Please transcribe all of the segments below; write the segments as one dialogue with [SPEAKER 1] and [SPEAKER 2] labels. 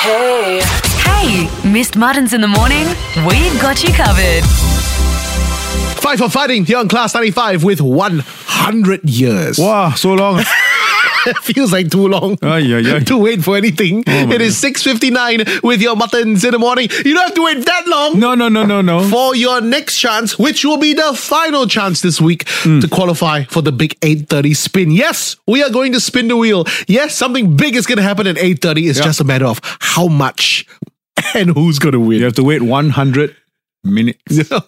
[SPEAKER 1] Hey.
[SPEAKER 2] Hey, missed Muttons in the morning? We've got you covered.
[SPEAKER 3] Fight for fighting here on Class 95 with 100 years.
[SPEAKER 4] Wow, so long.
[SPEAKER 3] It feels like too long
[SPEAKER 4] Ay, ay, ay.
[SPEAKER 3] to wait for anything.
[SPEAKER 4] my
[SPEAKER 3] it is 6.59 with your muttons in the morning. You don't have to wait that long.
[SPEAKER 4] No, no, no, no, no.
[SPEAKER 3] For your next chance, which will be the final chance this week
[SPEAKER 4] Hmm.
[SPEAKER 3] to qualify for the big 8:30 spin. Yes, we are going to spin the wheel. Yes, something big is going to happen at 8:30. It's
[SPEAKER 4] Yeah.
[SPEAKER 3] just a matter of how much and who's going to win.
[SPEAKER 4] You have to wait 100 minutes.
[SPEAKER 3] oh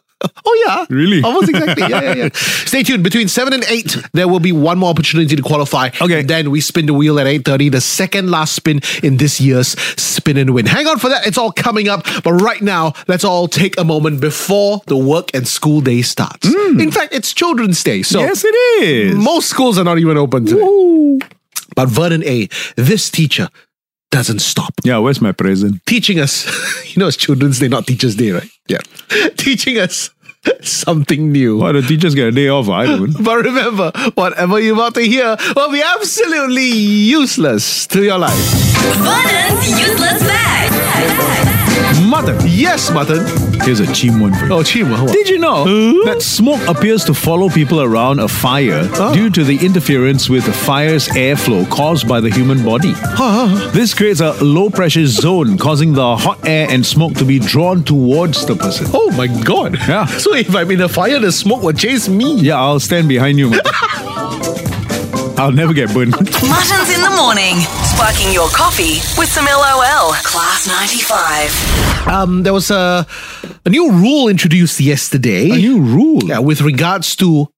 [SPEAKER 3] yeah
[SPEAKER 4] Really?
[SPEAKER 3] almost exactly yeah yeah yeah stay tuned between 7 and 8 there will be one more opportunity to qualify
[SPEAKER 4] Okay.
[SPEAKER 3] then we spin the wheel at 8.30 the second last spin in this year's spin and win hang on for that it's all coming up but right now let's all take a moment before the work and school day starts in fact it's children's day so
[SPEAKER 4] Mm. Yes, it is.
[SPEAKER 3] most schools are not even open today but Vernon A this teacher doesn't stop
[SPEAKER 4] Yeah, where's my present?
[SPEAKER 3] teaching us, you know, it's Children's Day, not Teachers' Day, right? Yeah. teaching us something new.
[SPEAKER 4] Why the teachers get a day off? I don't.
[SPEAKER 3] But remember, whatever you're about to hear will be absolutely useless to your life.
[SPEAKER 2] Muttons useless fact.
[SPEAKER 4] Mother,
[SPEAKER 3] Yes, Mutton.
[SPEAKER 4] here's a cheap one for you.
[SPEAKER 3] Oh, Chima. hold on.
[SPEAKER 4] Did you know that smoke appears to follow people around a fire
[SPEAKER 3] Oh.
[SPEAKER 4] due to the interference with the fire's airflow caused by the human body? This creates a low pressure zone, causing the hot air and smoke to be drawn towards the person.
[SPEAKER 3] Oh my god.
[SPEAKER 4] Yeah.
[SPEAKER 3] So if I'm in a fire, the smoke will chase me.
[SPEAKER 4] Yeah, I'll stand behind you. Mother. I'll never get burned.
[SPEAKER 1] Muttons in the morning. Sparking your coffee with some LOL. Class 95.
[SPEAKER 3] Um, there was a, a new rule introduced yesterday.
[SPEAKER 4] A new rule.
[SPEAKER 3] Yeah, with regards to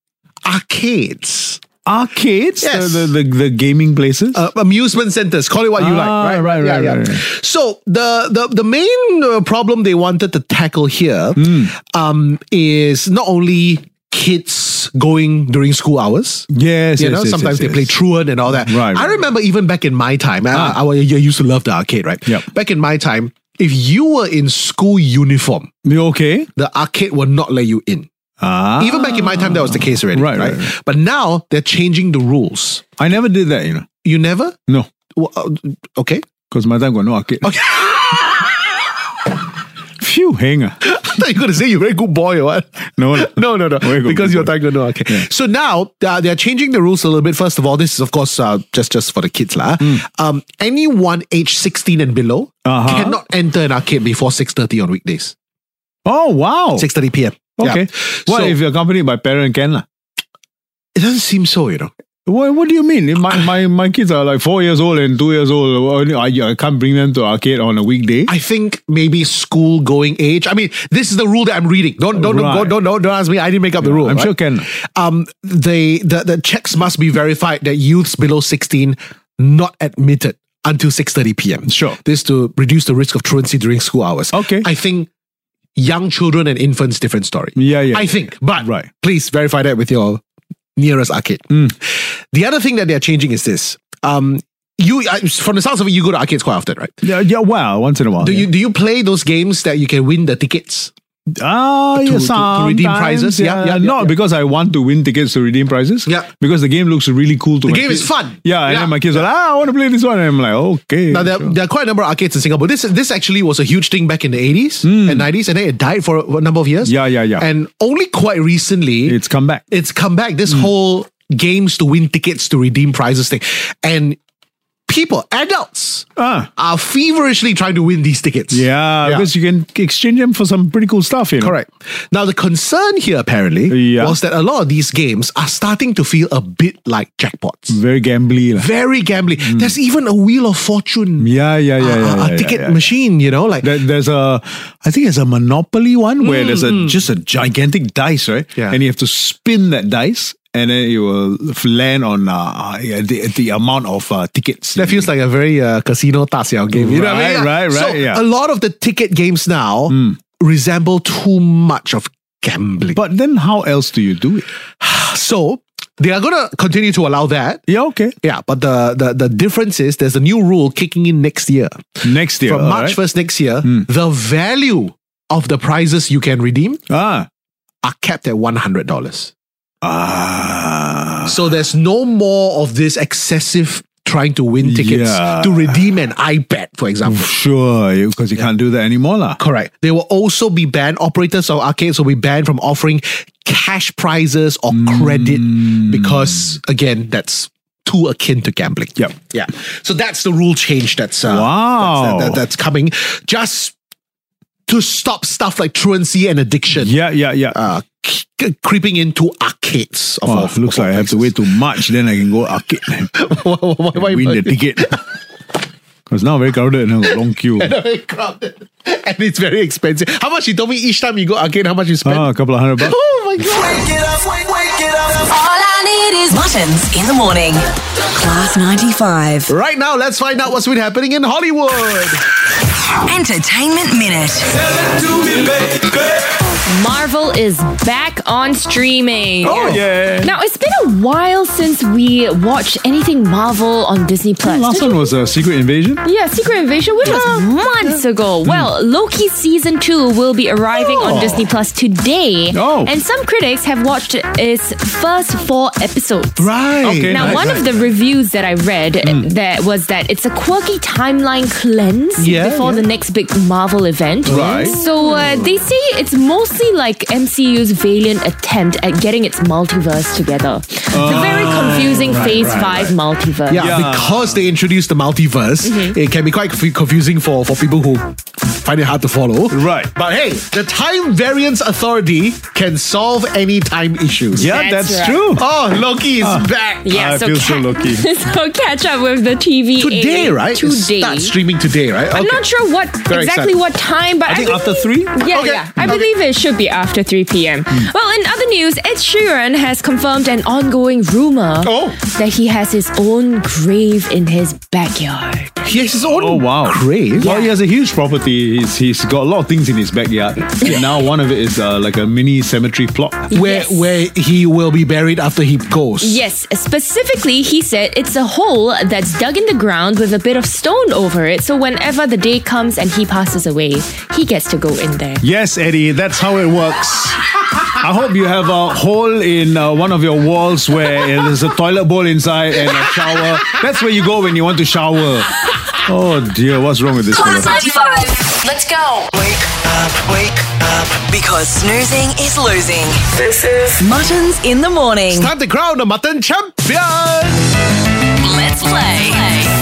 [SPEAKER 3] arcades,
[SPEAKER 4] Arcades,
[SPEAKER 3] Yes.
[SPEAKER 4] the, the, the, the gaming places.
[SPEAKER 3] uh, amusement centers, call it what you like,
[SPEAKER 4] Ah,
[SPEAKER 3] right?
[SPEAKER 4] right,
[SPEAKER 3] Yeah,
[SPEAKER 4] right,
[SPEAKER 3] yeah.
[SPEAKER 4] right, right.
[SPEAKER 3] So the the the main uh, problem they wanted to tackle here
[SPEAKER 4] Hmm.
[SPEAKER 3] um, is not only kids going during school hours.
[SPEAKER 4] yes,
[SPEAKER 3] You
[SPEAKER 4] yes,
[SPEAKER 3] know,
[SPEAKER 4] yes,
[SPEAKER 3] sometimes
[SPEAKER 4] yes,
[SPEAKER 3] they
[SPEAKER 4] yes.
[SPEAKER 3] play truant and all that. I
[SPEAKER 4] Right, right, Ah.
[SPEAKER 3] remember even back in my time, uh, I, I, I used to love the arcade, right?
[SPEAKER 4] Yep.
[SPEAKER 3] Back in my time, if you were in school uniform,
[SPEAKER 4] You okay?
[SPEAKER 3] the arcade would not let you in.
[SPEAKER 4] Ah,
[SPEAKER 3] Even back in my time, that was the case already.
[SPEAKER 4] Right, right,
[SPEAKER 3] But now they're changing the rules.
[SPEAKER 4] I never did that. You know,
[SPEAKER 3] You never?
[SPEAKER 4] no,
[SPEAKER 3] Well, uh, Okay.
[SPEAKER 4] because my time got no arcade. Phew, hanger.
[SPEAKER 3] I thought you were going to say you're a very good boy or what?
[SPEAKER 4] No, no,
[SPEAKER 3] No, no, no.
[SPEAKER 4] Very good,
[SPEAKER 3] because
[SPEAKER 4] good
[SPEAKER 3] you're
[SPEAKER 4] boy.
[SPEAKER 3] Tiger No. Okay. So now uh, they're changing the rules a little bit. First of all, this is of course uh, just just for the kids lah.
[SPEAKER 4] Hmm.
[SPEAKER 3] Um, anyone age 16 and below
[SPEAKER 4] Uh-huh.
[SPEAKER 3] cannot enter an arcade before 6:30 on weekdays.
[SPEAKER 4] Oh wow.
[SPEAKER 3] 6:30 p.m. Yeah.
[SPEAKER 4] Okay. What
[SPEAKER 3] So-
[SPEAKER 4] if you're accompanied by parent can lah?
[SPEAKER 3] It doesn't seem so, you know.
[SPEAKER 4] What, what do you mean? If My, my my kids are like four years old and two years old. I, I can't bring them to arcade on a weekday.
[SPEAKER 3] I think maybe school going age. I mean, this is the rule that I'm reading. Don't don't don't, go,
[SPEAKER 4] Right.
[SPEAKER 3] don't don't don't ask me. I didn't make up the rule.
[SPEAKER 4] I'm
[SPEAKER 3] right?
[SPEAKER 4] sure can.
[SPEAKER 3] um, they the, the checks must be verified that youths below 16 not admitted until 6.30 p.m.
[SPEAKER 4] Sure.
[SPEAKER 3] This to reduce the risk of truancy during school hours.
[SPEAKER 4] Okay.
[SPEAKER 3] I think young children and infants, different story.
[SPEAKER 4] Yeah, yeah.
[SPEAKER 3] I think, but
[SPEAKER 4] Right.
[SPEAKER 3] please verify that with your nearest arcade.
[SPEAKER 4] Mm.
[SPEAKER 3] The other thing that they're changing is this. Um, you I- From the sounds of it, you go to arcades quite often, right?
[SPEAKER 4] yeah, yeah. Well, once in a while.
[SPEAKER 3] Do
[SPEAKER 4] Oh, yeah.
[SPEAKER 3] you do you play those games that you can win the tickets?
[SPEAKER 4] Ah,
[SPEAKER 3] to-
[SPEAKER 4] yeah,
[SPEAKER 3] to- to redeem
[SPEAKER 4] sometimes,
[SPEAKER 3] prizes. Yeah, yeah, yeah,
[SPEAKER 4] Not
[SPEAKER 3] yeah.
[SPEAKER 4] because I want to win tickets to redeem prizes.
[SPEAKER 3] Yeah.
[SPEAKER 4] Because the game looks really cool to
[SPEAKER 3] The
[SPEAKER 4] my
[SPEAKER 3] game is
[SPEAKER 4] kids.
[SPEAKER 3] fun.
[SPEAKER 4] Yeah, and
[SPEAKER 3] Yeah.
[SPEAKER 4] then my kids are like, ah, I want to play this one. And I'm like, okay.
[SPEAKER 3] Now there,
[SPEAKER 4] sure.
[SPEAKER 3] there are quite a number of arcades in Singapore. This this actually was a huge thing back in the eighties and nineties, and then it died for a number of years.
[SPEAKER 4] Hmm. Yeah, yeah, yeah.
[SPEAKER 3] And only quite recently,
[SPEAKER 4] It's Hmm. come back.
[SPEAKER 3] it's come back. This whole games to win tickets to redeem prizes thing, and people, adults,
[SPEAKER 4] Ah.
[SPEAKER 3] are feverishly trying to win these tickets.
[SPEAKER 4] Yeah,
[SPEAKER 3] Yeah.
[SPEAKER 4] because you can exchange them for some pretty cool stuff, you know.
[SPEAKER 3] Correct. Now the concern here apparently
[SPEAKER 4] Yeah.
[SPEAKER 3] was that a lot of these games are starting to feel a bit like jackpots.
[SPEAKER 4] Very gambly. lah.
[SPEAKER 3] Very gambling. There's even a wheel of fortune.
[SPEAKER 4] Hmm. Yeah, yeah, yeah,
[SPEAKER 3] a-
[SPEAKER 4] yeah.
[SPEAKER 3] a-
[SPEAKER 4] yeah,
[SPEAKER 3] a
[SPEAKER 4] yeah,
[SPEAKER 3] Ah, ticket
[SPEAKER 4] yeah.
[SPEAKER 3] machine, you know, like
[SPEAKER 4] There- There's a, I think it's a Monopoly one where there's a just a gigantic dice, right?
[SPEAKER 3] Hmm. Yeah.
[SPEAKER 4] And you have to spin that dice and then it will f- land on uh, yeah, the, the amount of uh, tickets.
[SPEAKER 3] That feels like a very uh, casino tasio game. You know what I mean?
[SPEAKER 4] Right, right,
[SPEAKER 3] So
[SPEAKER 4] right, yeah. Hmm.
[SPEAKER 3] a lot of the ticket games now resemble too much of gambling.
[SPEAKER 4] But then how else do you do it?
[SPEAKER 3] so they are going to continue to allow that.
[SPEAKER 4] Yeah, okay.
[SPEAKER 3] Yeah, but the, the, the difference is there's a new rule kicking in next year.
[SPEAKER 4] Next year,
[SPEAKER 3] From
[SPEAKER 4] all
[SPEAKER 3] March
[SPEAKER 4] right.
[SPEAKER 3] 1st next year,
[SPEAKER 4] Hmm.
[SPEAKER 3] the value of the prizes you can redeem
[SPEAKER 4] Ah.
[SPEAKER 3] are capped at $100.
[SPEAKER 4] Ah.
[SPEAKER 3] So there's no more of this excessive trying to win tickets
[SPEAKER 4] Yeah.
[SPEAKER 3] to redeem an iPad, for example.
[SPEAKER 4] Sure, because you can't do that anymore. lah.
[SPEAKER 3] Correct. They will also be banned. Operators of arcades will be banned from offering cash prizes or
[SPEAKER 4] Hmm.
[SPEAKER 3] credit because, again, that's too akin to gambling.
[SPEAKER 4] Yep.
[SPEAKER 3] Yeah. So that's the rule change that's uh,
[SPEAKER 4] Wow.
[SPEAKER 3] that's, that- that's coming. Just to stop stuff like truancy and addiction
[SPEAKER 4] Yeah, yeah, yeah.
[SPEAKER 3] uh, c- c- creeping into arcades. Of,
[SPEAKER 4] Oh,
[SPEAKER 3] of-
[SPEAKER 4] looks
[SPEAKER 3] of
[SPEAKER 4] like I have to wait
[SPEAKER 3] places.
[SPEAKER 4] till March, then I can go arcade and
[SPEAKER 3] Why- why- why-
[SPEAKER 4] win the ticket. Because now very crowded and a long queue.
[SPEAKER 3] very crowded. And it's very expensive. How much he told me each time you go arcade, how much you spend?
[SPEAKER 4] Ah, a couple of hundred bucks.
[SPEAKER 3] oh my god.
[SPEAKER 5] Wake it up, wake, wake it up.
[SPEAKER 1] All I need is Muttons in the morning. Class 95.
[SPEAKER 3] Right now, let's find out what's been happening in Hollywood.
[SPEAKER 1] Entertainment Minute.
[SPEAKER 6] Marvel is back on streaming.
[SPEAKER 4] Oh, yeah.
[SPEAKER 6] Now it's been a while since we watched anything Marvel on Disney Plus.
[SPEAKER 4] Last
[SPEAKER 6] Did
[SPEAKER 4] one was a Secret Invasion.
[SPEAKER 6] you- yeah, Secret Invasion, which was months ago. Well, Loki season two will be arriving on Disney Plus today,
[SPEAKER 4] Oh.
[SPEAKER 6] and some critics have watched its first four episodes.
[SPEAKER 3] Right.
[SPEAKER 4] Okay.
[SPEAKER 6] Now,
[SPEAKER 4] Nice,
[SPEAKER 6] one of the reviews that I read
[SPEAKER 3] Hmm.
[SPEAKER 6] that was that it's a quirky timeline cleanse
[SPEAKER 3] Yeah,
[SPEAKER 6] before
[SPEAKER 3] yeah.
[SPEAKER 6] the next big Marvel event.
[SPEAKER 4] Right.
[SPEAKER 6] So uh, they say it's mostly like MCU's valiant attempt at getting its multiverse together.
[SPEAKER 3] Ah,
[SPEAKER 6] the very confusing Phase Five multiverse.
[SPEAKER 3] Yeah,
[SPEAKER 4] Yeah. Mm-hmm.
[SPEAKER 3] because they introduced the multiverse, it can be quite confu- confusing for, for people who find it hard to follow.
[SPEAKER 4] Right.
[SPEAKER 3] But hey, the Time Variance Authority can solve any time issues.
[SPEAKER 4] Yeah, Ah. that's,
[SPEAKER 6] That's right.
[SPEAKER 4] true.
[SPEAKER 3] Oh, Loki is back.
[SPEAKER 6] Yeah,
[SPEAKER 4] I
[SPEAKER 6] so
[SPEAKER 4] feel so
[SPEAKER 6] ca-
[SPEAKER 4] lucky.
[SPEAKER 6] so catch up with the TV
[SPEAKER 3] Today, right? It
[SPEAKER 6] Today.
[SPEAKER 3] starts streaming today, right?
[SPEAKER 6] I'm not sure what
[SPEAKER 3] Very
[SPEAKER 6] exactly
[SPEAKER 3] excited.
[SPEAKER 6] what time, but I,
[SPEAKER 4] think
[SPEAKER 6] believe-
[SPEAKER 4] after three?
[SPEAKER 6] Yeah,
[SPEAKER 3] Okay.
[SPEAKER 6] yeah. I
[SPEAKER 3] Okay. Hmm.
[SPEAKER 6] believe it should be after three p.m. Well, in other news, Ed Sheeran has confirmed an ongoing rumor
[SPEAKER 3] Oh.
[SPEAKER 6] that he has his own grave in his backyard.
[SPEAKER 3] He has his own
[SPEAKER 4] Oh wow!
[SPEAKER 3] grave.
[SPEAKER 4] Well, he has a huge property. He's he's got a lot of things in his backyard. And now one of it is uh, like a mini cemetery plot.
[SPEAKER 3] Where,
[SPEAKER 6] Yes.
[SPEAKER 3] where he will be buried after he goes.
[SPEAKER 6] Yes, specifically, he said it's a hole that's dug in the ground with a bit of stone over it. So whenever the day comes and he passes away, he gets to go in there.
[SPEAKER 4] Yes, Eddie, that's how it works. I hope you have a hole in uh, one of your walls where there's a toilet bowl inside and a shower. That's where you go when you want to shower. Oh dear, what's wrong with this
[SPEAKER 1] Class
[SPEAKER 4] fellow?
[SPEAKER 1] 95. Let's go. Wake up, wake up. Because snoozing is losing. This is Muttons in the morning.
[SPEAKER 3] Time to crown the mutton champion.
[SPEAKER 1] Let's play.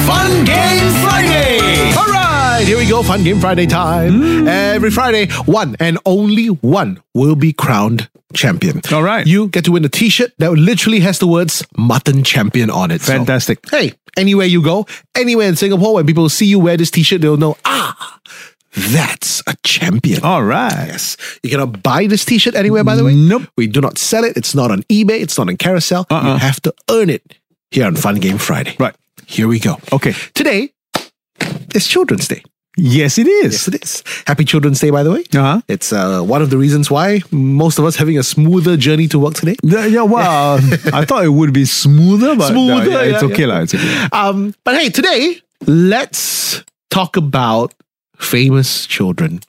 [SPEAKER 3] Fun Game Friday! All right, here we go. Fun Game Friday time.
[SPEAKER 4] Mm.
[SPEAKER 3] Every Friday, one and only one will be crowned champion.
[SPEAKER 4] All right.
[SPEAKER 3] You get to win a t shirt that literally has the words Mutton Champion on it. So,
[SPEAKER 4] Fantastic.
[SPEAKER 3] hey, anywhere you go, anywhere in Singapore, when people see you wear this t shirt, they'll know, ah, that's a champion.
[SPEAKER 4] All right.
[SPEAKER 3] Yes. You cannot buy this t shirt anywhere, by the way.
[SPEAKER 4] Nope. Uh-uh.
[SPEAKER 3] We do not sell it. It's not on eBay. It's not on Carousel. You have to earn it here on Fun Game Friday.
[SPEAKER 4] Right. Oh.
[SPEAKER 3] Here we go.
[SPEAKER 4] Okay.
[SPEAKER 3] Today is Children's Day.
[SPEAKER 4] Yes, it
[SPEAKER 3] Yes,
[SPEAKER 4] is.
[SPEAKER 3] it is. Happy Children's Day, by the way.
[SPEAKER 4] Uh-huh.
[SPEAKER 3] It's uh, one of the reasons why most of us having a smoother journey to work today.
[SPEAKER 4] Yeah, yeah, wow. I thought it would be smoother, but uh,
[SPEAKER 3] Smoother,
[SPEAKER 4] yeah, it's
[SPEAKER 3] yeah,
[SPEAKER 4] okay,
[SPEAKER 3] yeah.
[SPEAKER 4] lah. It's okay.
[SPEAKER 3] Um, but hey, today let's talk about famous children.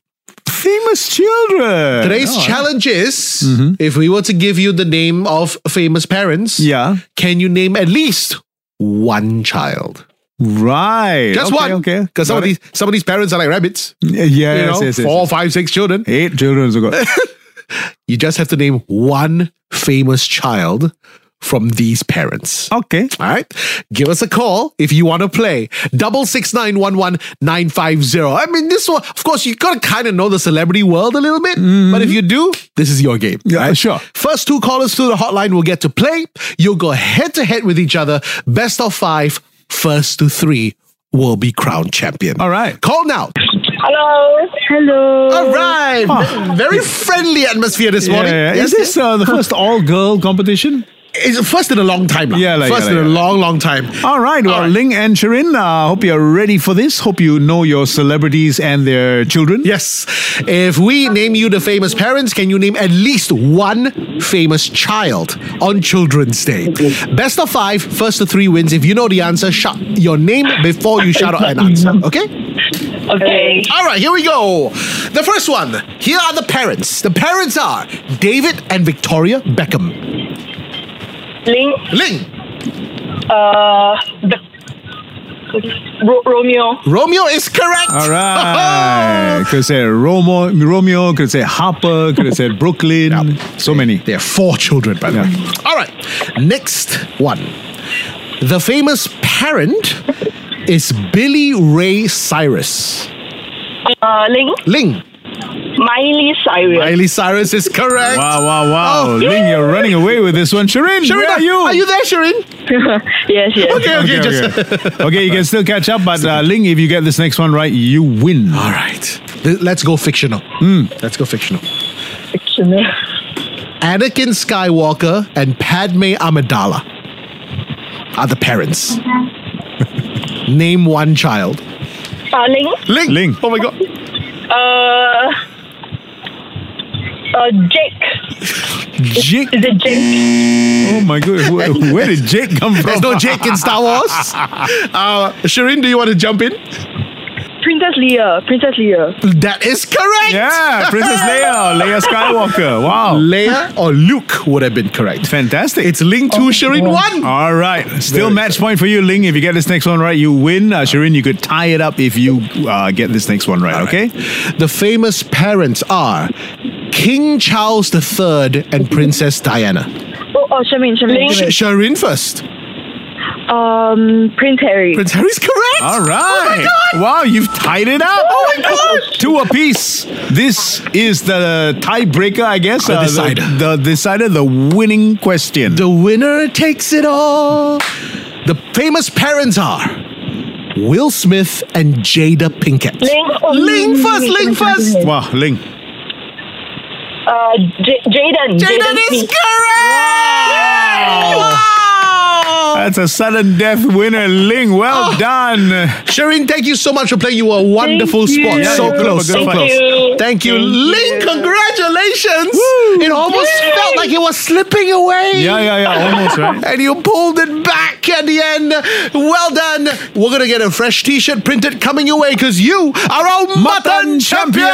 [SPEAKER 4] Famous children.
[SPEAKER 3] Today's
[SPEAKER 4] Oh,
[SPEAKER 3] challenge is
[SPEAKER 4] Mm-hmm.
[SPEAKER 3] if we were to give you the name of famous parents,
[SPEAKER 4] Yeah.
[SPEAKER 3] can you name at least one child?
[SPEAKER 4] Right.
[SPEAKER 3] Just
[SPEAKER 4] okay,
[SPEAKER 3] one.
[SPEAKER 4] Okay.
[SPEAKER 3] Because some, of
[SPEAKER 4] Got it.
[SPEAKER 3] these- some of these parents are like rabbits.
[SPEAKER 4] Yeah,
[SPEAKER 3] you
[SPEAKER 4] yes,
[SPEAKER 3] know,
[SPEAKER 4] yes, yes,
[SPEAKER 3] four,
[SPEAKER 4] yes. Eh.
[SPEAKER 3] five, six children.
[SPEAKER 4] Eight children. so got-
[SPEAKER 3] You just have to name one famous child from these parents.
[SPEAKER 4] Okay.
[SPEAKER 3] All right. Give us a call if you want to play. Double six nine one one nine five zero. I mean, this one, of course, you gotta kind of know the celebrity world a little bit, but if you do, this is your game.
[SPEAKER 4] Mm-hmm. Yeah, sure.
[SPEAKER 3] First two callers through the hotline will get to play. You'll go head to head with each other. Best of five, first to three will be crowned champion.
[SPEAKER 4] All right.
[SPEAKER 3] Call now.
[SPEAKER 7] Hello. Hello.
[SPEAKER 3] All right. Very friendly atmosphere this morning.
[SPEAKER 4] Ah. Yeah, yeah. Is uh,
[SPEAKER 3] Yes,
[SPEAKER 4] this uh, the first all girl competition?
[SPEAKER 3] it's first in a long time. lah.
[SPEAKER 4] Yeah, lah,
[SPEAKER 3] first
[SPEAKER 4] yeah, lah,
[SPEAKER 3] in a
[SPEAKER 4] yeah.
[SPEAKER 3] long, long time.
[SPEAKER 4] All right, well,
[SPEAKER 3] All right.
[SPEAKER 4] Ling and Shirin, uh, hope you're ready for this. Hope you know your celebrities and their children.
[SPEAKER 3] Yes. If we name you the famous parents, can you name at least one famous child on Children's Day? Best of five, first to three wins. If you know the answer, shout your name before you shout out an answer. Okay?
[SPEAKER 7] Okay.
[SPEAKER 3] All right, here we go. The first one. Here are the parents. The parents are David and Victoria Beckham.
[SPEAKER 7] Link,
[SPEAKER 3] Ling,
[SPEAKER 7] uh, the, Ro- Romeo.
[SPEAKER 3] Romeo is correct. Oh,
[SPEAKER 4] All right. could say Romo, Romeo, could say Harper, could say Brooklyn. So many.
[SPEAKER 3] Mm. There are four children, by the
[SPEAKER 4] Yeah.
[SPEAKER 3] way. All right. Next one. The famous parent is Billy Ray Cyrus.
[SPEAKER 7] Uh, Link,
[SPEAKER 3] Ling.
[SPEAKER 7] Miley Cyrus.
[SPEAKER 3] Miley Cyrus is correct.
[SPEAKER 4] Wow, wow, wow.
[SPEAKER 3] Oh.
[SPEAKER 4] Ling, you're running away with this one. Shirin,
[SPEAKER 3] Sharon,
[SPEAKER 4] where are you?
[SPEAKER 3] Are you there, Sharon?
[SPEAKER 7] yes, yes.
[SPEAKER 3] Okay, okay,
[SPEAKER 4] Okay,
[SPEAKER 3] just.
[SPEAKER 4] okay. Okay, you can still catch up, but uh, Ling, if you get this next one right, you win.
[SPEAKER 3] All right. Th- Let's go fictional.
[SPEAKER 4] Hmm.
[SPEAKER 3] Let's go fictional. Anakin Skywalker and Padme Amidala are the parents. Name one child.
[SPEAKER 7] Uh, Link,
[SPEAKER 3] Ling.
[SPEAKER 4] Ling.
[SPEAKER 3] Oh my god.
[SPEAKER 7] uh, uh, Jake.
[SPEAKER 4] Jake.
[SPEAKER 7] Is it Jake?
[SPEAKER 4] Oh my god, where, where did Jake come from?
[SPEAKER 3] There's no Jake in Star Wars. Uh, Shireen, do you want to jump in?
[SPEAKER 7] Princess Leia. Princess Leia.
[SPEAKER 3] That is correct.
[SPEAKER 4] Yeah, Princess Leia, Leia Skywalker. Wow.
[SPEAKER 3] Leia or Luke would have been correct.
[SPEAKER 4] Fantastic.
[SPEAKER 3] It's linked to Shireen one.
[SPEAKER 4] All right. Still
[SPEAKER 3] Very
[SPEAKER 4] match point for you, Ling. If you get this next one right, you win. Uh, Shireen, you could tie it up if you uh, get this next one right, okay?
[SPEAKER 3] The famous parents are King Charles III and Princess Diana.
[SPEAKER 8] Oh, oh, Charmaine, Charmaine.
[SPEAKER 3] Sh- Shireen first.
[SPEAKER 8] Charmaine. Um, Prince Harry.
[SPEAKER 3] Prince Harry's correct.
[SPEAKER 4] All
[SPEAKER 3] Oh
[SPEAKER 4] right. Wow, you've tied it up. Oh my god. Two apiece. This is the tiebreaker, I guess.
[SPEAKER 3] The
[SPEAKER 4] Uh,
[SPEAKER 3] decider.
[SPEAKER 4] The, decider, the winning question.
[SPEAKER 3] The winner takes it all. The famous parents are Will Smith and Jada Pinkett.
[SPEAKER 7] Link. Oh,
[SPEAKER 3] Ling first, Ling first.
[SPEAKER 4] wow, Ling.
[SPEAKER 7] Uh, J- Jaden.
[SPEAKER 3] Jaden is
[SPEAKER 7] Smith.
[SPEAKER 3] correct. Wow.
[SPEAKER 4] That's a sudden death winner, Ling. Well
[SPEAKER 3] Oh.
[SPEAKER 4] done.
[SPEAKER 3] Shireen, thank you so much for playing. You were a wonderful
[SPEAKER 7] Thank
[SPEAKER 3] spot.
[SPEAKER 7] you.
[SPEAKER 4] Yeah,
[SPEAKER 3] so
[SPEAKER 4] you're
[SPEAKER 3] close, so
[SPEAKER 4] welcome. Good
[SPEAKER 3] close.
[SPEAKER 4] fight.
[SPEAKER 7] you.
[SPEAKER 3] Thank you, Link. Congratulations. It almost
[SPEAKER 7] Yay.
[SPEAKER 3] felt like it was slipping away.
[SPEAKER 4] Yeah, yeah, yeah. Almost, right?
[SPEAKER 3] And you pulled it back at the end. Well done. We're going to get a fresh t shirt printed coming your way because you are our Mutton,
[SPEAKER 4] Mutton
[SPEAKER 3] champion.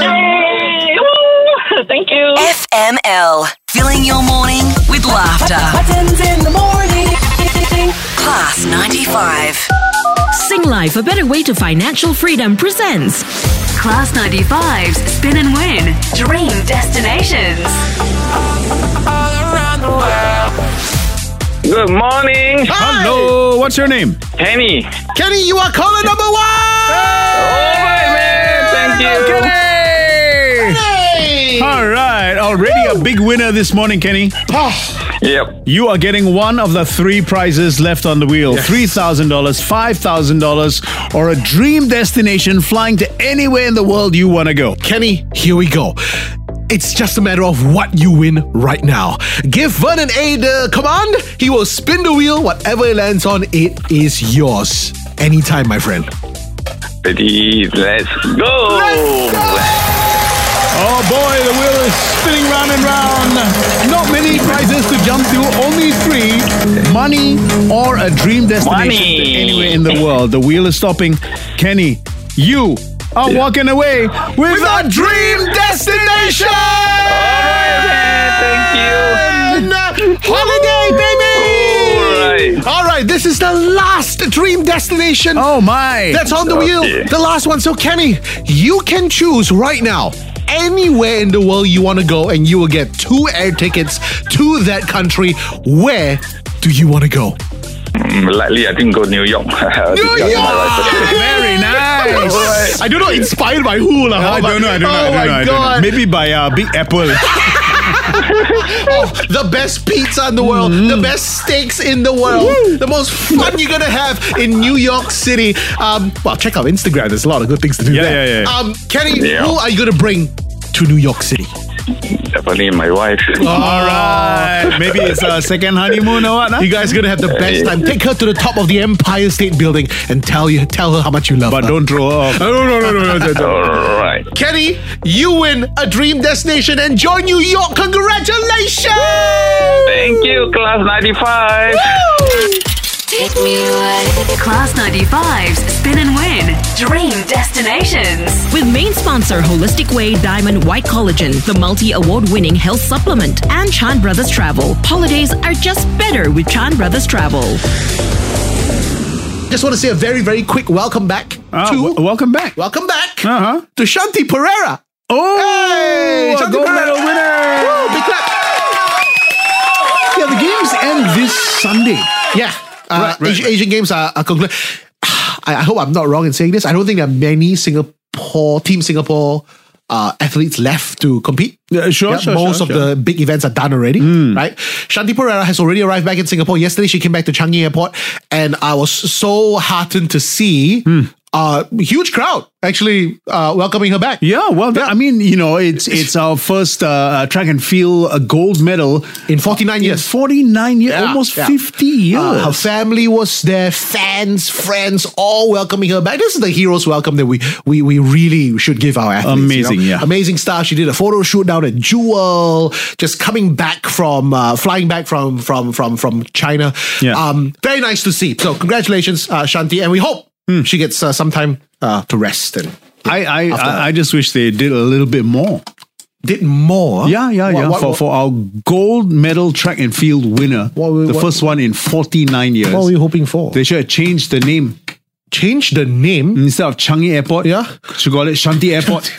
[SPEAKER 7] Yay. Woo. Thank you.
[SPEAKER 1] FML. Filling your morning with laughter. Buttons in the morning. Class 95.
[SPEAKER 2] Sing Life, a better way to financial freedom presents Class 95's Spin and Win Dream Destinations.
[SPEAKER 9] Good morning,
[SPEAKER 3] Hi.
[SPEAKER 4] Hello. What's your name?
[SPEAKER 9] Penny.
[SPEAKER 3] Kenny, you are caller number one.
[SPEAKER 9] Alright, man. Thank you.
[SPEAKER 3] Hey.
[SPEAKER 4] All right, already a big winner this morning, Kenny.
[SPEAKER 9] Yep.
[SPEAKER 4] You are getting one of the three prizes left on the wheel $3,000, $5,000, or a dream destination flying to anywhere in the world you want to go.
[SPEAKER 3] Kenny, here we go. It's just a matter of what you win right now. Give Vernon A the command. He will spin the wheel. Whatever it lands on, it is yours. Anytime, my friend.
[SPEAKER 9] Ready? Let's go.
[SPEAKER 4] Oh boy, the wheel is spinning round and round. Not many prizes to jump through, only three money or a dream destination to
[SPEAKER 9] Money.
[SPEAKER 4] anywhere in the world. The wheel is stopping. Kenny, you are walking away with, a dream destination!
[SPEAKER 9] Alright, man. Thank you.
[SPEAKER 3] And, uh, holiday, baby!
[SPEAKER 9] Alright.
[SPEAKER 3] All right, this is the last dream destination.
[SPEAKER 4] Oh my!
[SPEAKER 3] That's on the
[SPEAKER 9] Okay.
[SPEAKER 3] wheel. The last one. So, Kenny, you can choose right now anywhere in the world you want to go, and you will get two air tickets to that country. Where do you want to go?
[SPEAKER 9] Mm, likely, I think go New York. New
[SPEAKER 4] Very nice.
[SPEAKER 3] I don't know, inspired by who? lah.
[SPEAKER 4] I don't know. I don't know.
[SPEAKER 3] Oh
[SPEAKER 4] I don't
[SPEAKER 3] my
[SPEAKER 4] know. I don't know.
[SPEAKER 3] God.
[SPEAKER 4] Maybe by uh, Big Apple.
[SPEAKER 3] Oh, the best pizza in the world,
[SPEAKER 4] Mm-hmm.
[SPEAKER 3] the best steaks in the world, the most fun you're gonna have in New York City. Um, well, check out Instagram. There's a lot of good things to do
[SPEAKER 4] Yeah,
[SPEAKER 3] there.
[SPEAKER 4] yeah, yeah.
[SPEAKER 3] Um, Kenny,
[SPEAKER 9] Yeah.
[SPEAKER 3] who are you gonna bring to New York City?
[SPEAKER 9] Definitely my wife.
[SPEAKER 4] All right. Maybe it's a second honeymoon or what?
[SPEAKER 3] You guys gonna have the best time. Take her to the top of the Empire State Building and tell you tell her how much you love
[SPEAKER 4] But
[SPEAKER 3] her.
[SPEAKER 4] don't throw off.
[SPEAKER 3] No, no, no, no, no, no, no.
[SPEAKER 9] All right.
[SPEAKER 3] Kenny, you win a dream destination and join New York. Congratulations!
[SPEAKER 9] Thank you, class 95.
[SPEAKER 2] Class 95's Spin and Win Dream Destinations.
[SPEAKER 10] With main sponsor Holistic Way Diamond White Collagen, the multi award winning health supplement, and Chan Brothers Travel. Holidays are just better with Chan Brothers Travel.
[SPEAKER 3] Just want to say a very, very quick welcome back
[SPEAKER 4] Ah,
[SPEAKER 3] to
[SPEAKER 4] w- welcome back.
[SPEAKER 3] welcome back
[SPEAKER 4] Uh huh.
[SPEAKER 3] to Shanti Pereira.
[SPEAKER 4] Oh,
[SPEAKER 3] Hey,
[SPEAKER 4] a
[SPEAKER 3] Shanti
[SPEAKER 4] gold
[SPEAKER 3] Pereira.
[SPEAKER 4] medal winner.
[SPEAKER 3] Woo, big clap.
[SPEAKER 4] Yeah, the games end this Sunday.
[SPEAKER 3] Yeah, uh,
[SPEAKER 4] Right, right,
[SPEAKER 3] Asian,
[SPEAKER 4] right.
[SPEAKER 3] Asian games are, are concluded. I, I hope I'm not wrong in saying this. I don't think there are many Singapore Team Singapore uh, athletes left to compete.
[SPEAKER 4] Yeah, sure,
[SPEAKER 3] Yeah,
[SPEAKER 4] sure,
[SPEAKER 3] most
[SPEAKER 4] sure,
[SPEAKER 3] of
[SPEAKER 4] sure. Hmm.
[SPEAKER 3] the big events are done already, right? Shanti Pereira has already arrived back in Singapore. Yesterday, she came back to Changi Airport, and I was so heartened to see
[SPEAKER 4] Hmm.
[SPEAKER 3] a huge crowd actually uh, welcoming her back.
[SPEAKER 4] Yeah, well, I mean, you know, it's it's our first uh, uh, track and field uh, gold medal
[SPEAKER 3] In 49 years.
[SPEAKER 4] 49 years,
[SPEAKER 3] Yeah,
[SPEAKER 4] almost
[SPEAKER 3] yeah.
[SPEAKER 4] 50 years.
[SPEAKER 3] Uh, her family was there, fans, friends, all welcoming her back. This is the hero's welcome that we we, we really should give our athletes. you
[SPEAKER 4] Amazing,
[SPEAKER 3] know?
[SPEAKER 4] yeah.
[SPEAKER 3] amazing stuff. She did a photo shoot down at Jewel, just coming back from uh, flying back from from from from China.
[SPEAKER 4] Yeah.
[SPEAKER 3] um, very nice to see. So congratulations, uh, Shanti, and we hope
[SPEAKER 4] Hmm.
[SPEAKER 3] she gets uh, some time uh, to rest and
[SPEAKER 4] I, I,
[SPEAKER 3] After that.
[SPEAKER 4] I, I just wish they did a little bit more.
[SPEAKER 3] did more.
[SPEAKER 4] Yeah, yeah,
[SPEAKER 3] What-
[SPEAKER 4] yeah.
[SPEAKER 3] what-
[SPEAKER 4] for,
[SPEAKER 3] what-
[SPEAKER 4] for our gold medal track and field winner,
[SPEAKER 3] What we-
[SPEAKER 4] the
[SPEAKER 3] what-
[SPEAKER 4] first one in 49 years.
[SPEAKER 3] what were you hoping for?
[SPEAKER 4] they should Mm, have changed the name.
[SPEAKER 3] Change the name.
[SPEAKER 4] Instead of Changi Airport,
[SPEAKER 3] Yeah.
[SPEAKER 4] should call it Shanti Airport.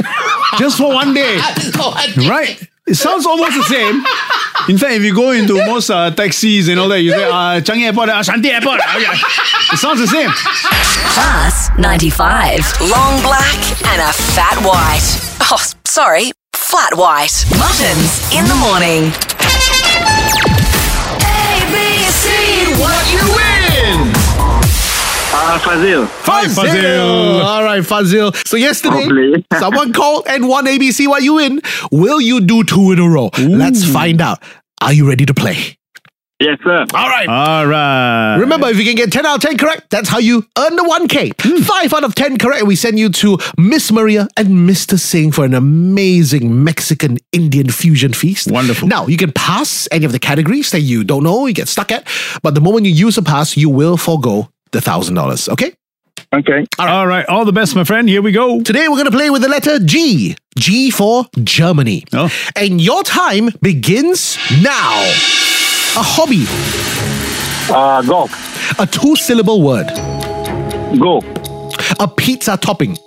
[SPEAKER 4] just for one day. right? It sounds almost the same. In fact, if you go into most uh, taxis and all that, you say uh, Changi Airport, uh, Shanti Airport. Uh, yeah. It sounds the same.
[SPEAKER 2] Class 95.
[SPEAKER 1] Long black and a fat white. Oh, sorry, flat white. Muttons in the morning. A, B, C, what you win?
[SPEAKER 9] Uh, Fazil.
[SPEAKER 4] Hi, Fazil.
[SPEAKER 3] All right, Fazil. So yesterday,
[SPEAKER 9] Probably.
[SPEAKER 3] someone called and won ABC while you in. Will you do two in a row? Let's find out. Are you ready to play?
[SPEAKER 9] Yes, sir.
[SPEAKER 3] All right.
[SPEAKER 4] All right. Hmm.
[SPEAKER 3] Remember, if you can get 10 out of 10 correct, that's how you earn the 1K. 5 out of 10 correct, we send you to Miss Maria and Mr. Singh for an amazing Mexican Indian fusion feast.
[SPEAKER 4] Wonderful.
[SPEAKER 3] Now, you can pass any of the categories that you don't know, you get stuck at, but the moment you use a pass, you will forego the $1,000, okay?
[SPEAKER 9] Okay.
[SPEAKER 4] All right. All right. All the best, my friend. Here we go.
[SPEAKER 3] Today we're going to play with the letter G. G for Germany.
[SPEAKER 4] Oh.
[SPEAKER 3] And your time begins now. A hobby,
[SPEAKER 9] Uh, go.
[SPEAKER 3] a two syllable word,
[SPEAKER 9] Go.
[SPEAKER 3] a pizza topping,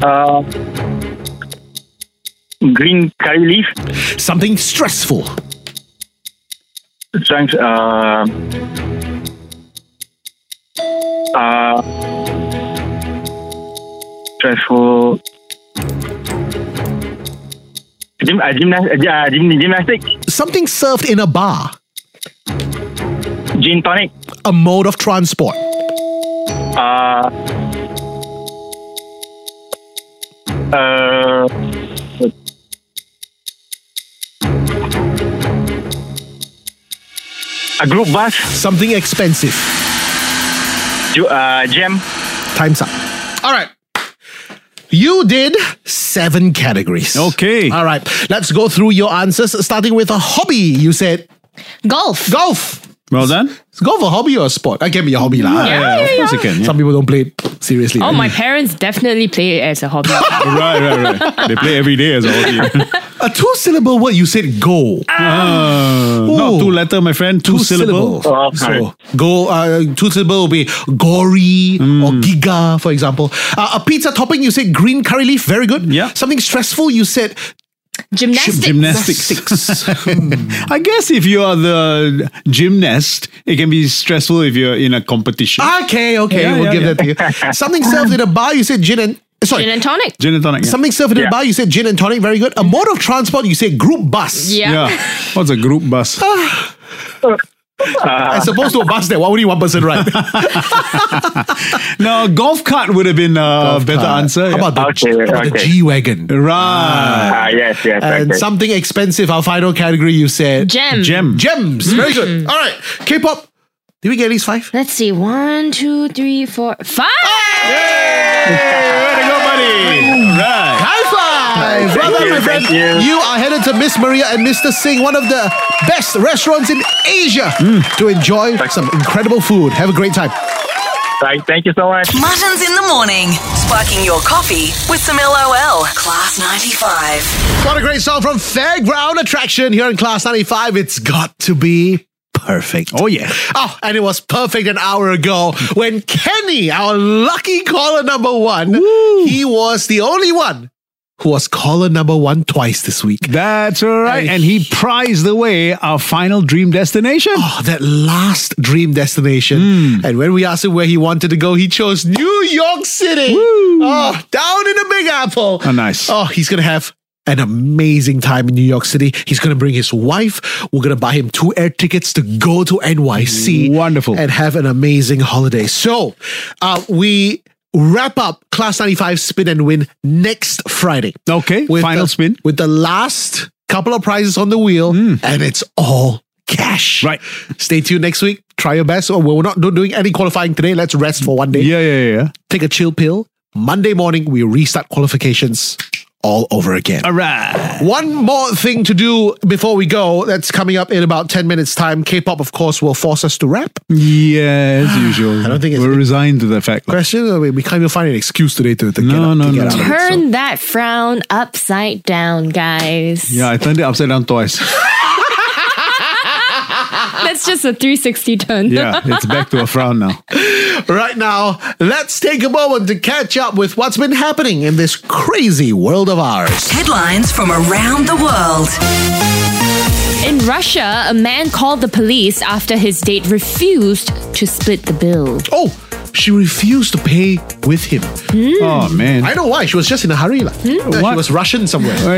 [SPEAKER 9] Uh, green curry leaf.
[SPEAKER 3] something stressful,
[SPEAKER 9] Thanks. Uh, uh, stressful. Gym, uh, gymnast, uh, gym, gymnastic,
[SPEAKER 3] something served in a bar,
[SPEAKER 9] gin tonic,
[SPEAKER 3] a mode of transport,
[SPEAKER 9] uh, uh, a group bus,
[SPEAKER 3] something expensive.
[SPEAKER 9] ju- uh, gym.
[SPEAKER 3] Time's up. All right. You did seven categories.
[SPEAKER 4] Okay.
[SPEAKER 3] All right. Let's go through your answers, starting with a hobby. You said
[SPEAKER 6] Golf.
[SPEAKER 3] golf.
[SPEAKER 4] Well done.
[SPEAKER 3] Is golf a hobby or a sport? That can be a hobby, lah.
[SPEAKER 6] Yeah,
[SPEAKER 4] of
[SPEAKER 6] yeah,
[SPEAKER 4] course
[SPEAKER 6] yeah.
[SPEAKER 4] you can. yeah.
[SPEAKER 3] Some people don't play it seriously.
[SPEAKER 6] Oh, my parents definitely play it as a hobby.
[SPEAKER 4] right, right, right. They play every day as a hobby.
[SPEAKER 3] A two syllable word, you said go.
[SPEAKER 6] Ah.
[SPEAKER 4] Uh, not two letter, my friend. Two, syllable. Oh,
[SPEAKER 3] syllables. So, go, uh, two syllable will be gory
[SPEAKER 4] Hmm.
[SPEAKER 3] or giga, for example. Uh, a pizza topping, you said green curry leaf. Very good.
[SPEAKER 4] Yeah.
[SPEAKER 3] Something stressful, you said
[SPEAKER 6] Gymnastics.
[SPEAKER 4] Gymnastics. I guess if you are the gymnast, it can be stressful if you're in a competition.
[SPEAKER 3] Ah, okay, okay,
[SPEAKER 4] Yeah,
[SPEAKER 3] we'll
[SPEAKER 4] yeah,
[SPEAKER 3] give
[SPEAKER 4] yeah.
[SPEAKER 3] that to you. Something served in a bar, you said gin and. eh, Sorry.
[SPEAKER 6] Gin and tonic.
[SPEAKER 4] Gin and tonic. Yeah.
[SPEAKER 3] Something served in a bar, you said gin and tonic. Very good. A mode of transport, you said group bus.
[SPEAKER 6] Yeah.
[SPEAKER 4] Ah, yeah. What's a group bus?
[SPEAKER 3] As opposed to a bus that why only one person ride?
[SPEAKER 4] no, golf cart would have been a better answer.
[SPEAKER 3] How about the,
[SPEAKER 4] Okay,
[SPEAKER 3] how about the
[SPEAKER 4] okay.
[SPEAKER 3] G wagon?
[SPEAKER 4] Right.
[SPEAKER 9] Uh, yes, yes.
[SPEAKER 3] And something expensive. Our final category, you said
[SPEAKER 6] Gem.
[SPEAKER 4] Gem.
[SPEAKER 3] Gems. Very good. All right. K-pop. Did we get at least five?
[SPEAKER 6] Let's see. One, two, three, four, five.
[SPEAKER 4] Way to go, buddy. All right.
[SPEAKER 3] High five!
[SPEAKER 4] Thank
[SPEAKER 3] Well done,
[SPEAKER 4] you,
[SPEAKER 3] my friend.
[SPEAKER 4] thank you.
[SPEAKER 3] are headed to Miss Maria and Mr. Singh, one of the best restaurants in Asia,
[SPEAKER 4] Mm.
[SPEAKER 3] to enjoy some incredible food. Have a great time.
[SPEAKER 9] Thank, thank you so much.
[SPEAKER 1] Muttons in the morning. Sparking your coffee with some LOL. Class 95.
[SPEAKER 3] What a great song from Fairground Attraction here in Class 95. It's got to be perfect.
[SPEAKER 4] Oh, yeah.
[SPEAKER 3] Oh, and it was perfect an hour ago when Kenny, our lucky caller number one, he was the only one who was caller number one twice this week.
[SPEAKER 4] That's all right. And he prized away our final dream Hmm. destination.
[SPEAKER 3] Oh, that last dream destination. And when we asked him where he wanted to go, he chose New York City. Oh, down in the Big Apple.
[SPEAKER 4] Oh, nice.
[SPEAKER 3] Oh, he's going to have an amazing time in New York City. He's going to bring his wife. We're going to buy him two air tickets to go to NYC.
[SPEAKER 4] Wonderful.
[SPEAKER 3] And have an amazing holiday. So, uh, we wrap up Class 95 Spin and Win next Friday
[SPEAKER 4] Okay. final
[SPEAKER 3] the,
[SPEAKER 4] spin. Hmm.
[SPEAKER 3] with the last couple of prizes on the wheel, and it's all cash.
[SPEAKER 4] Right.
[SPEAKER 3] Stay tuned next week. Try your best. Oh, we're not not doing any qualifying today. Let's rest for one day.
[SPEAKER 4] Yeah, yeah, yeah.
[SPEAKER 3] Take a chill pill. Monday morning, we restart qualifications all over again.
[SPEAKER 4] All right.
[SPEAKER 3] One more thing to do before we go. That's coming up in about 10 minutes' time. K pop, of course, will force us to rap.
[SPEAKER 4] Mm. Yeah, as usual.
[SPEAKER 3] Ah, I don't think it's-
[SPEAKER 4] we're resigned to the fact.
[SPEAKER 3] Question? I mean, we can't even find an excuse today to, to get,
[SPEAKER 4] No,
[SPEAKER 3] out-
[SPEAKER 4] no,
[SPEAKER 3] to get
[SPEAKER 4] no.
[SPEAKER 1] Oh.
[SPEAKER 3] out of it.
[SPEAKER 6] Turn that frown upside down, guys.
[SPEAKER 4] Yeah, I turned it upside down twice.
[SPEAKER 6] That's just a 360 turn.
[SPEAKER 4] Yeah, it's back to a frown now.
[SPEAKER 3] Right now, let's take a moment to catch up with what's been happening in this crazy world of ours.
[SPEAKER 1] Headlines from around the world.
[SPEAKER 6] In Russia, a man called the police after his date refused to split the bill.
[SPEAKER 3] Oh, she refused to pay with him.
[SPEAKER 4] Oh man.
[SPEAKER 3] I know why. She was just in a hurry. lah. Uh, She
[SPEAKER 4] Hmm? What? Uh.
[SPEAKER 3] was Russian somewhere.
[SPEAKER 4] Oh,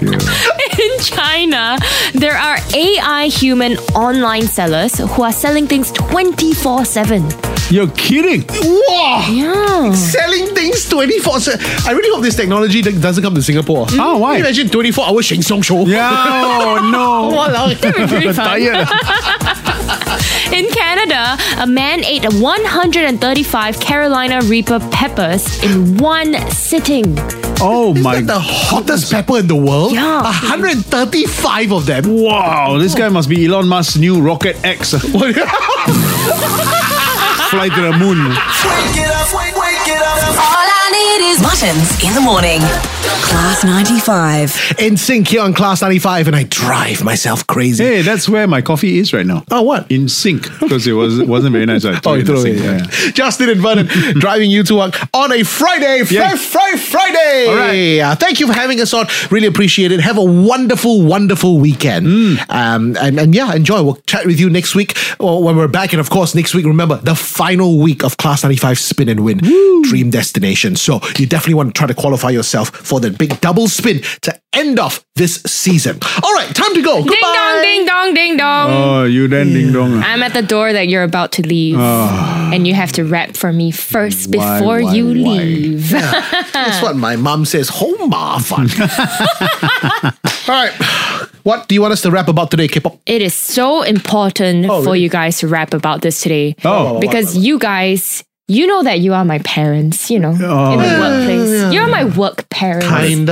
[SPEAKER 4] dear.
[SPEAKER 6] In China, there are AI human online sellers who are selling things 24 7.
[SPEAKER 4] You're kidding.
[SPEAKER 3] Whoa!
[SPEAKER 6] Yeah.
[SPEAKER 3] Selling things 24 7. I really hope this technology do- doesn't come to Singapore.
[SPEAKER 4] Oh, why?
[SPEAKER 3] Can you imagine 24 hour Sheng Song show?
[SPEAKER 4] Yeah, oh, no.
[SPEAKER 3] Walao.
[SPEAKER 4] Tired.
[SPEAKER 6] In Canada, a man ate 135 Carolina Reaper peppers in one sitting.
[SPEAKER 4] Oh my
[SPEAKER 3] Like the hottest pepper in the world.
[SPEAKER 6] Yeah.
[SPEAKER 3] 135 of them.
[SPEAKER 4] Wow, this guy must be Elon Musk's new Rocket X. Fly to the moon.
[SPEAKER 5] Wake it up, wake, wake it up.
[SPEAKER 1] All I need is Muttons in the morning. Class 95.
[SPEAKER 3] in sync here on Class 95, and I drive myself crazy.
[SPEAKER 4] Hey, that's where my coffee is right now.
[SPEAKER 3] Oh, what?
[SPEAKER 4] In sync. Because it was, wasn't very nice. so I
[SPEAKER 3] Oh,
[SPEAKER 4] threw it
[SPEAKER 3] you
[SPEAKER 4] in
[SPEAKER 3] threw
[SPEAKER 4] the
[SPEAKER 3] it.
[SPEAKER 4] sink.
[SPEAKER 3] yeah.
[SPEAKER 4] Yeah, yeah.
[SPEAKER 3] Justin and Vernon driving you to work on a Friday, Fri-
[SPEAKER 4] Yeah.
[SPEAKER 3] Fri- Friday.
[SPEAKER 4] All right.
[SPEAKER 3] Uh, Thank you for having us on. Really appreciate it. Have a wonderful, wonderful weekend.
[SPEAKER 4] Mm.
[SPEAKER 3] Um, and, and yeah, enjoy. We'll chat with you next week or when we're back. And of course, next week, remember the final week of Class 95 Spin and Win Dream Destination. So you definitely want to try to qualify yourself for the big double spin to end off this season. All right, time to go.
[SPEAKER 6] Ding dong,
[SPEAKER 3] Goodbye.
[SPEAKER 6] ding dong, ding dong.
[SPEAKER 4] Oh, you then ding dong.
[SPEAKER 6] I'm at the door that you're about to leave. And you have to rap for me first
[SPEAKER 4] Ah. Why,
[SPEAKER 6] before
[SPEAKER 4] why,
[SPEAKER 6] you
[SPEAKER 4] why?
[SPEAKER 6] leave.
[SPEAKER 3] That's what my mom says. Home fun. All right. What do you want us to rap about today, K-pop?
[SPEAKER 6] It is so important
[SPEAKER 3] Oh,
[SPEAKER 6] for
[SPEAKER 3] really?
[SPEAKER 6] you guys to rap about this today.
[SPEAKER 4] Oh.
[SPEAKER 6] because you guys, you know that you are my parents, you know, in
[SPEAKER 4] Oh.
[SPEAKER 6] the workplace. You're my work parents.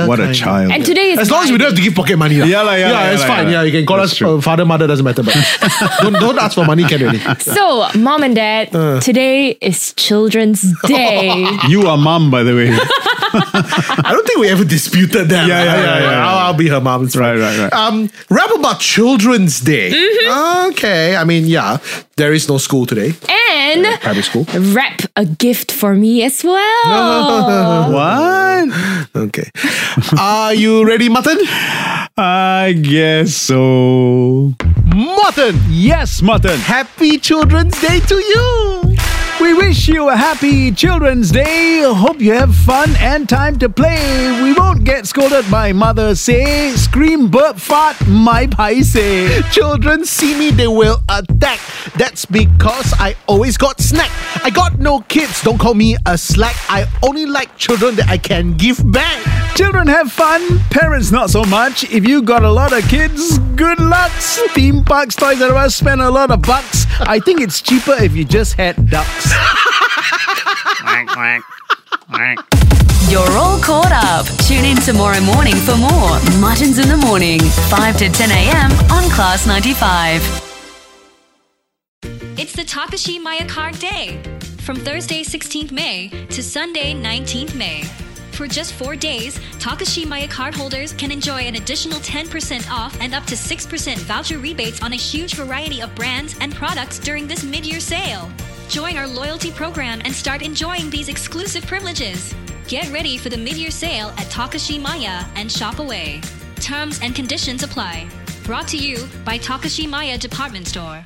[SPEAKER 4] What a child.
[SPEAKER 6] And today is
[SPEAKER 3] As long as we don't have to give pocket money. lah.
[SPEAKER 4] Yeah, lah, yeah, lah, yeah,
[SPEAKER 3] it's
[SPEAKER 4] lah,
[SPEAKER 3] fine.
[SPEAKER 4] yeah,
[SPEAKER 3] Yeah,
[SPEAKER 4] lah.
[SPEAKER 3] you can call
[SPEAKER 4] That's
[SPEAKER 3] us
[SPEAKER 4] true.
[SPEAKER 3] uh, father, mother, doesn't matter. But don't, don't ask for money, can really.
[SPEAKER 6] So, mom and dad,
[SPEAKER 3] Uh.
[SPEAKER 6] today is Children's Day.
[SPEAKER 4] You are mom, by the way.
[SPEAKER 3] I don't think we ever disputed that.
[SPEAKER 4] Yeah,
[SPEAKER 3] lah.
[SPEAKER 4] yeah, yeah, yeah,
[SPEAKER 3] I'll, I'll be her mom. It's fine.
[SPEAKER 4] Right, right, right.
[SPEAKER 3] Um, rap about Children's Day. Mm-hmm. Okay. I mean, yeah, there is no school today.
[SPEAKER 6] and
[SPEAKER 3] Private school.
[SPEAKER 6] rap a gift for me as well.
[SPEAKER 4] what?
[SPEAKER 3] Okay. Are you ready, Mutton?
[SPEAKER 4] I guess so.
[SPEAKER 3] Mutton!
[SPEAKER 4] Yes, mutton.
[SPEAKER 3] Happy Children's Day to you!
[SPEAKER 4] We wish you a happy Children's Day. Hope you have fun and time to play. We won't get scolded by mother say. Scream, burp, fart, my pie say.
[SPEAKER 3] Children see me, they will attack. That's because I always got snack. I got no kids, don't call me a slack. I only like children that I can give back.
[SPEAKER 4] Children have fun, parents not so much. If you got a lot of kids, good luck. Theme parks, Toys R Us spend a lot of bucks. I think it's cheaper if you just had ducks.
[SPEAKER 1] You're all caught up. Tune in tomorrow morning for more Muttons in the Morning, 5 to 10 a.m. on Class 95.
[SPEAKER 6] It's the Takashi Maya Card Day from Thursday 16th May to Sunday 19th May. For just four days, Takashi Maya card holders can enjoy an additional 10% off and up to 6% voucher rebates on a huge variety of brands and products during this mid year sale. Join our loyalty program and start enjoying these exclusive privileges. Get ready for the mid year sale at Takashi Maya and shop away. Terms and conditions apply. Brought to you by Takashi Maya Department Store.